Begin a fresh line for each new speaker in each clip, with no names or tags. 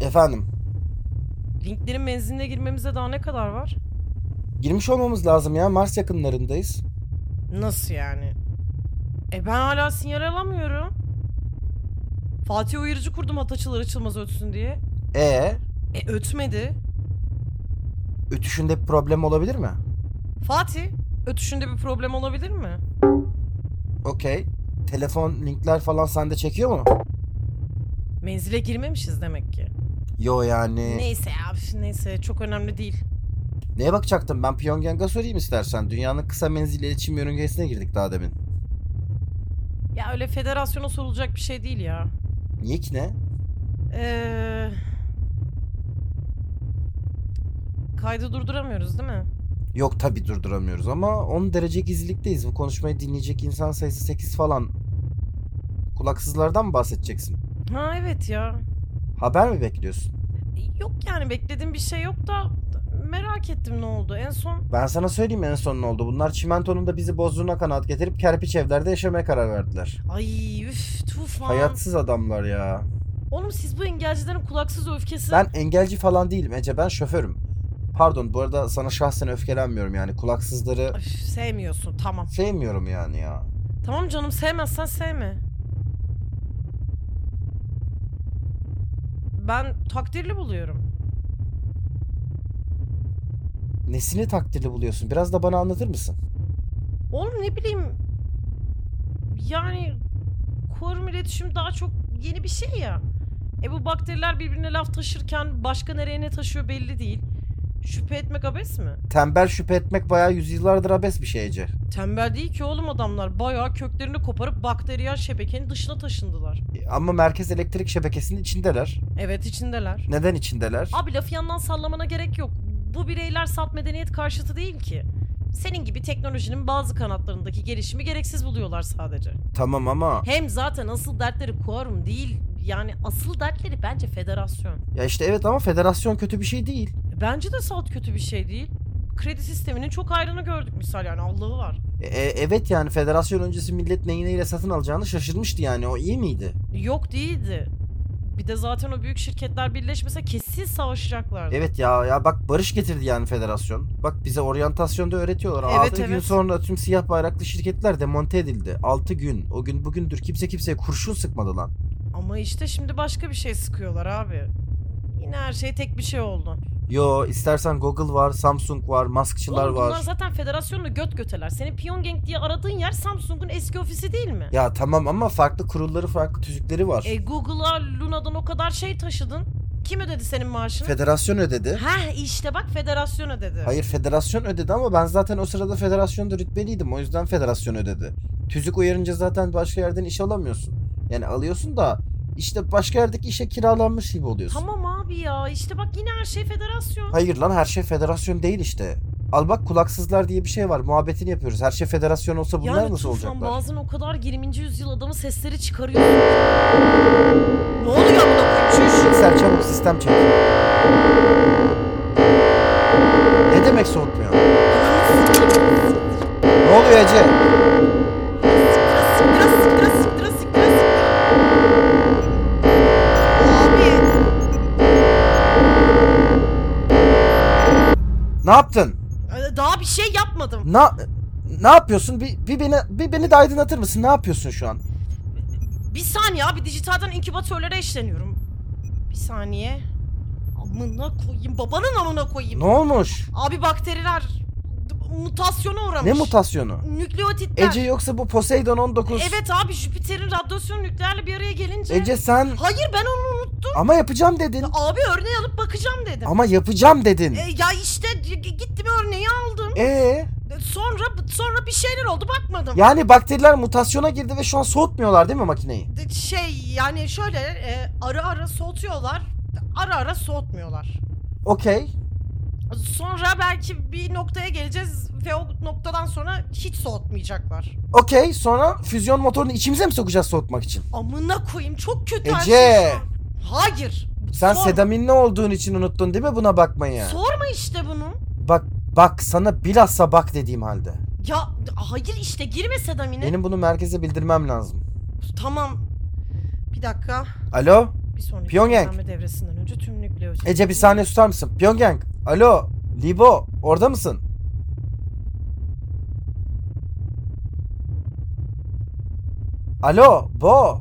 Efendim,
Linklerin menziline girmemize daha ne kadar var?
girmiş olmamız lazım ya. Mars yakınlarındayız.
Nasıl yani? E ben hala sinyal alamıyorum. Fatih uyarıcı kurdum hat açılır açılmaz ötsün diye.
E
E ötmedi.
ötüşünde bir problem olabilir mi?
Fatih ötüşünde bir problem olabilir mi?
Okey. Telefon linkler falan sende çekiyor mu?
Menzile girmemişiz demek ki.
Yo yani.
Neyse ya üf, neyse çok önemli değil.
Neye bakacaktım? Ben Pyongyang'a sorayım istersen. Dünyanın kısa menzilli iletişim yörüngesine girdik daha demin.
Ya öyle federasyona sorulacak bir şey değil ya.
Niye ki ne?
Ee, kaydı durduramıyoruz değil mi?
Yok tabi durduramıyoruz ama 10 derece gizlilikteyiz. Bu konuşmayı dinleyecek insan sayısı 8 falan. Kulaksızlardan mı bahsedeceksin?
Ha evet ya.
Haber mi bekliyorsun?
Yok yani beklediğim bir şey yok da merak ettim ne oldu. En son
Ben sana söyleyeyim en son ne oldu. Bunlar çimentonun da bizi bozduğuna kanaat getirip kerpiç evlerde yaşamaya karar verdiler.
ay üf tufan.
Hayatsız adamlar ya.
Oğlum siz bu engelcilerin kulaksız öfkesi.
Ben engelci falan değilim Ece ben şoförüm. Pardon bu arada sana şahsen öfkelenmiyorum yani kulaksızları
Öf, sevmiyorsun tamam.
sevmiyorum yani ya.
Tamam canım sevmezsen sevme. Ben takdirli buluyorum.
Nesini takdirli buluyorsun? Biraz da bana anlatır mısın?
Oğlum ne bileyim yani kuarım iletişim daha çok yeni bir şey ya. E bu bakteriler birbirine laf taşırken başka nereye ne taşıyor belli değil. Şüphe etmek abes mi?
Tembel şüphe etmek bayağı yüzyıllardır abes bir şey Ece.
Tembel değil ki oğlum adamlar. Bayağı köklerini koparıp bakteriyel şebekenin dışına taşındılar.
E, Ama merkez elektrik şebekesinin içindeler.
Evet içindeler.
Neden içindeler?
Abi lafı yandan sallamana gerek yok. Bu bireyler salt medeniyet karşıtı değil ki. Senin gibi teknolojinin bazı kanatlarındaki gelişimi gereksiz buluyorlar sadece.
Tamam ama
Hem zaten asıl dertleri kuarum değil. Yani asıl dertleri bence federasyon. E,
ya işte evet ama federasyon kötü bir şey değil.
Bence de salt kötü bir şey değil. Kredi sisteminin çok ayrını gördük misal yani Allah'ı var.
E, e, evet yani federasyon öncesi millet neyi neyle satın alacağını şaşırmıştı yani o iyi miydi?
Yok değildi. Bir de zaten o büyük şirketler birleşmese kesin savaşacaklardı.
Evet ya ya bak barış getirdi yani federasyon. Bak bize oryantasyonda öğretiyorlar.
Evet,
6 gün
evet.
sonra tüm siyah bayraklı şirketler demonte edildi. 6 gün. O gün bugündür kimse kimseye kurşun sıkmadı lan.
Ama işte şimdi başka bir şey sıkıyorlar abi. Yine her şey tek bir şey oldu.
Yo istersen Google var, Samsung var, Musk'çılar
Oğlum bunlar
var.
zaten federasyonla göt göteler. Senin Pyongyang diye aradığın yer Samsung'un eski ofisi değil mi?
Ya tamam ama farklı kurulları, farklı tüzükleri var.
E Google'a Luna'dan o kadar şey taşıdın. Kim ödedi senin maaşını?
Federasyon ödedi.
Heh işte bak federasyon ödedi.
Hayır federasyon ödedi ama ben zaten o sırada federasyonda rütbeliydim. O yüzden federasyon ödedi. Tüzük uyarınca zaten başka yerden iş alamıyorsun. Yani alıyorsun da işte başka yerdeki işe kiralanmış gibi oluyorsun.
Tamam abi ya işte bak yine her şey federasyon.
Hayır lan her şey federasyon değil işte. Al bak kulaksızlar diye bir şey var. Muhabbetini yapıyoruz. Her şey federasyon olsa bunlar
yani Tufan,
nasıl olacaklar?
bazen o kadar 20. yüzyıl adamın sesleri çıkarıyor. ne oluyor amına koyayım? Çüş.
Mikser çabuk sistem çek. Ne demek soğutmuyor? Ne oluyor Ece?
Biraz sık, biraz sık, biraz sık, biraz sık. Abi.
Ne yaptın?
Ee, Daha bir şey yapmadım.
Ne ne yapıyorsun? Bir, bir beni bir beni de aydınlatır mısın? Ne yapıyorsun şu an?
Bir saniye abi dijitalden inkübatörlere eşleniyorum. Bir saniye. Amına koyayım babanın amına koyayım.
Ne olmuş?
Abi bakteriler d- mutasyona uğramış.
Ne mutasyonu?
Nükleotitler.
Ece yoksa bu Poseidon 19.
Evet abi Jüpiter'in radyasyon nükleerle bir araya gelince.
Ece sen
Hayır ben onu unuttum.
ama yapacağım dedin.
Abi örneği alıp bakacağım dedim.
Ama yapacağım dedin.
E, ya işte g- gittim örneği aldım.
Ee?
Sonra sonra bir şeyler oldu bakmadım.
Yani bakteriler mutasyona girdi ve şu an soğutmuyorlar değil mi makineyi?
D- Şey yani şöyle e, ara ara soğutuyorlar. Ara ara soğutmuyorlar.
Okey.
Sonra belki bir noktaya geleceğiz ve o noktadan sonra hiç soğutmayacaklar.
Okey. Sonra füzyon motorunu içimize mi sokacağız soğutmak için?
Amına koyayım çok kötü her
Ece!
şey şu an. Hayır.
Sen
sorma.
sedaminli olduğun için unuttun değil mi buna bakmayı?
Sorma işte bunu.
bak bak sana bilhassa bak dediğim halde.
Ya hayır işte girme sedamine.
Benim bunu merkeze bildirmem lazım.
Tamam. Bir dakika.
Alo?
Bir Bir sonraki
Pyongyang.
beslenme devresinden önce tüm nükleotit.
Ece bir saniye susar mısın? Pyongyang. Alo. Libo. Orada mısın? Alo. Bo.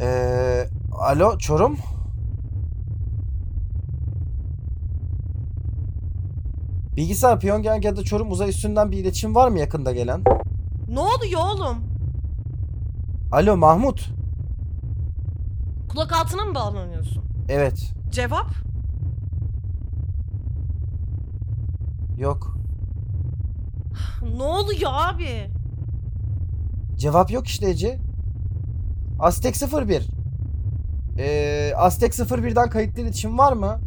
Ee, alo. Çorum. Bilgisayar Pyongyang ya da Çorum uzay üstünden bir iletişim var mı yakında gelen?
Ne oluyor oğlum?
Alo Mahmut.
Kulak altına mı bağlanıyorsun?
Evet.
Cevap?
Yok.
Ne oluyor abi?
Cevap yok işte Ece. Aztek 01. Ee, Aztek 01'den kayıtlı iletişim var mı?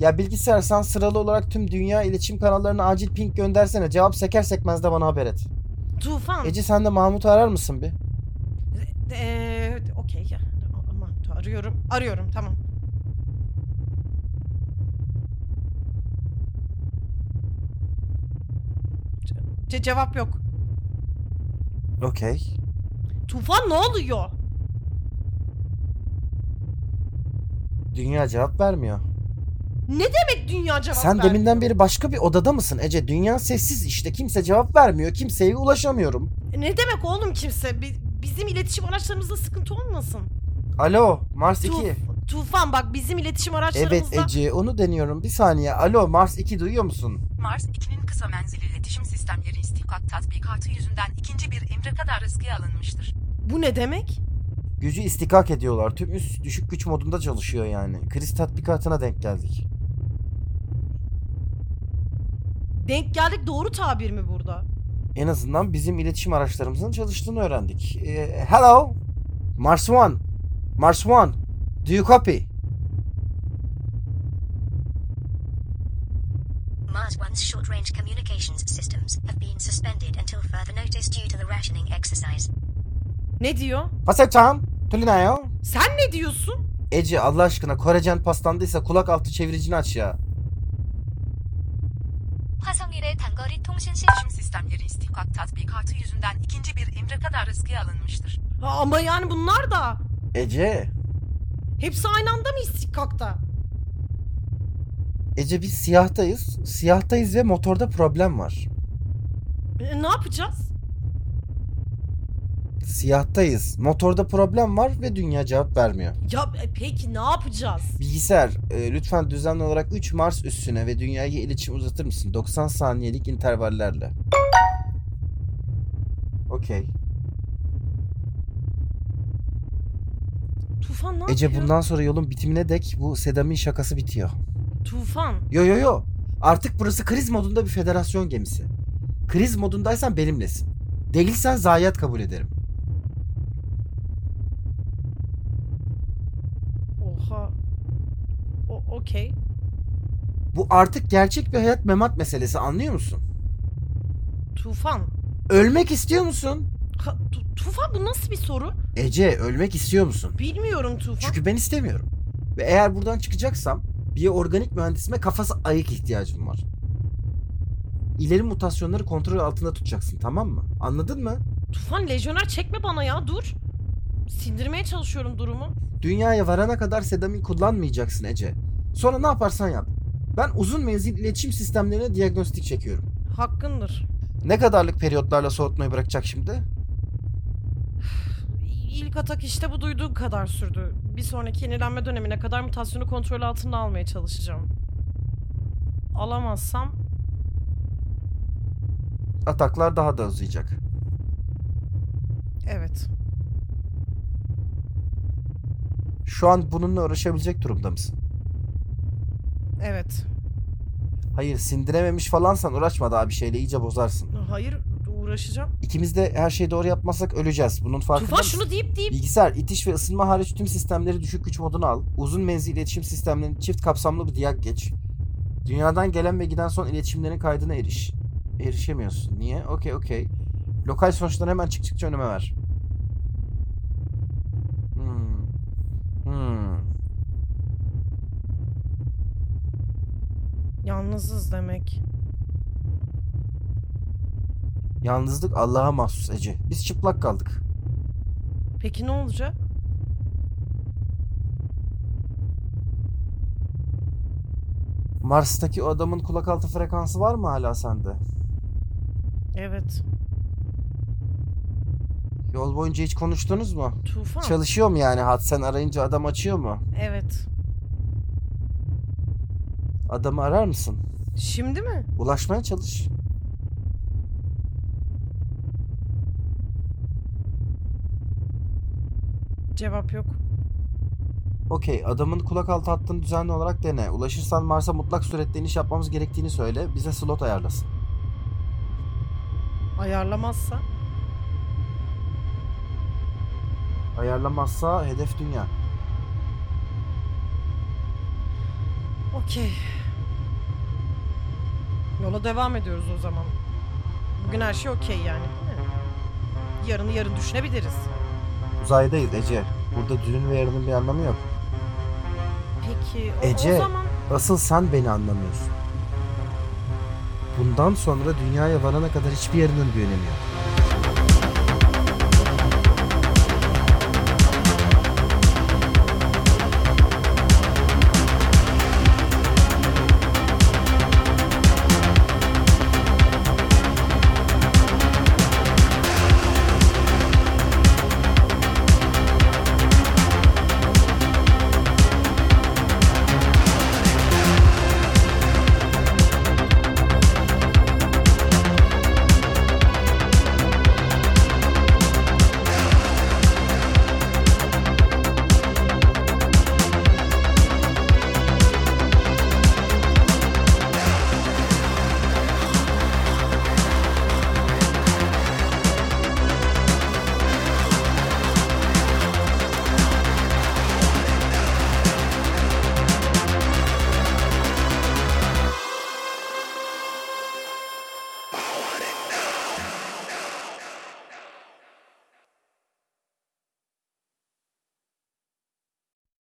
Ya bilgisayar sen sıralı olarak tüm dünya iletişim kanallarına acil ping göndersene. Cevap seker sekmez de bana haber et.
Tufan.
Ece sen de Mahmut'u arar mısın bir?
Eee e, okey ya. Aman tu- arıyorum. Arıyorum tamam. Ce- Ce- cevap yok.
Okey.
Tufan ne oluyor?
Dünya cevap vermiyor.
Ne demek dünya cevap
sen
vermiyor?
deminden beri başka bir odada mısın Ece? Dünya sessiz işte. Kimse cevap vermiyor. Kimseye ulaşamıyorum.
Ne demek oğlum kimse? Bi- Bizim iletişim araçlarımızda sıkıntı olmasın.
Alo Mars 2.
Tuf- Tufan bak bizim iletişim
Evet
araçlarımızda...
Ece onu deniyorum. Bir saniye. Alo Mars 2 duyuyor musun?
Mars 2'nin kısa menzilli iletişim sistemleri istihkak tatbikatı yüzünden ikinci bir emre kadar riske alınmıştır.
Bu ne demek?
Gücü istikak ediyorlar. Tüm üst düşük güç modunda çalışıyor yani. Kriz tatbikatına denk geldik.
Denk geldik doğru tabir mi burada?
En azından bizim iletişim araçlarımızın çalıştığını öğrendik. Ee, hello? Mars One. Mars One. Do you copy?
Mars One's short range communications systems have been suspended until further notice due to the rationing exercise.
Ne diyor?
What's up Tom? Tulinayo?
Sen ne diyorsun?
Ece Allah aşkına Korecen paslandıysa kulak altı çeviricini aç ya.
화성일의 단거리 통신 시
İletişim sistemleri istihkak tatbikatı yüzünden ikinci bir emre kadar riske alınmıştır.
Ha, Ama yani bunlar da...
Ece?
Hepsi aynı anda mı istikakta?
Ece biz siyahtayız. Siyahtayız ve motorda problem var.
E, ne yapacağız?
Siyahtayız. Motorda problem var ve dünya cevap vermiyor.
Ya e, peki ne yapacağız?
Bilgisayar e, lütfen düzenli olarak 3 Mars üstüne ve dünyaya iletişim uzatır mısın? 90 saniyelik intervallerle. Okey.
Tufan ne
Ece
yapıyor?
bundan sonra yolun bitimine dek bu Sedam'in şakası bitiyor.
Tufan.
Yo yo yo. Artık burası kriz modunda bir federasyon gemisi. Kriz modundaysan benimlesin. Değilsen zayiat kabul ederim.
Oha. O okey.
Bu artık gerçek bir hayat memat meselesi anlıyor musun?
Tufan.
Ölmek istiyor musun?
Ha, Tu- Tufan bu nasıl bir soru?
Ece ölmek istiyor musun?
Bilmiyorum Tufan.
Çünkü ben istemiyorum. Ve eğer buradan çıkacaksam bir organik mühendisime kafası ayık ihtiyacım var. İleri mutasyonları kontrol altında tutacaksın tamam mı? Anladın mı?
Tufan lejyoner çekme bana ya dur. Sindirmeye çalışıyorum durumu.
Dünyaya varana kadar sedamin kullanmayacaksın Ece. Sonra ne yaparsan yap. Ben uzun menzil iletişim sistemlerine diagnostik çekiyorum.
Hakkındır.
Ne kadarlık periyotlarla soğutmayı bırakacak şimdi?
İlk atak işte bu duyduğun kadar sürdü. Bir sonraki yenilenme dönemine kadar mutasyonu kontrol altında almaya çalışacağım. Alamazsam
Ataklar daha da uzayacak.
evet.
Şu an bununla uğraşabilecek durumda mısın?
Evet.
Hayır sindirememiş falansan uğraşma daha bir şeyle iyice bozarsın.
Hayır uğraşacağım.
İkimiz de her şeyi doğru yapmazsak öleceğiz. Bunun farkında
Tufan
mısın?
şunu deyip deyip
Bilgisayar, itiş ve ısınma hariç tüm sistemleri düşük güç moduna al. Uzun menzil iletişim sistemlerini çift kapsamlı bir diyag geç. Dünyadan gelen ve giden son iletişimlerin kaydına eriş. Erişemiyorsun. Niye? Okey okey. Lokal sonuçları hemen çık çıkça önüme ver. Hmm. Hmm.
yalnızız demek.
Yalnızlık Allah'a mahsus Ece. Biz çıplak kaldık.
Peki ne olacak?
Mars'taki o adamın kulak altı frekansı var mı hala sende?
Evet.
Yol boyunca hiç konuştunuz mu?
Tufan.
Çalışıyor mu yani hat sen arayınca adam açıyor mu?
evet.
Adamı arar mısın?
Şimdi mi?
Ulaşmaya çalış.
Cevap yok.
Okey, adamın kulak altı hattını düzenli olarak dene. Ulaşırsan Mars'a mutlak suretle iniş yapmamız gerektiğini söyle. Bize slot ayarlasın.
Ayarlamazsa.
Ayarlamazsa hedef dünya.
Okey. Yola devam ediyoruz o zaman. Bugün her şey okey yani değil mi? Yarını yarın düşünebiliriz.
Uzaydayız Ece. Burada dünün ve yarının bir anlamı yok.
Peki o,
Ece.
o zaman
Asıl sen beni anlamıyorsun. Bundan sonra dünyaya varana kadar hiçbir yerinin bir önemi yok.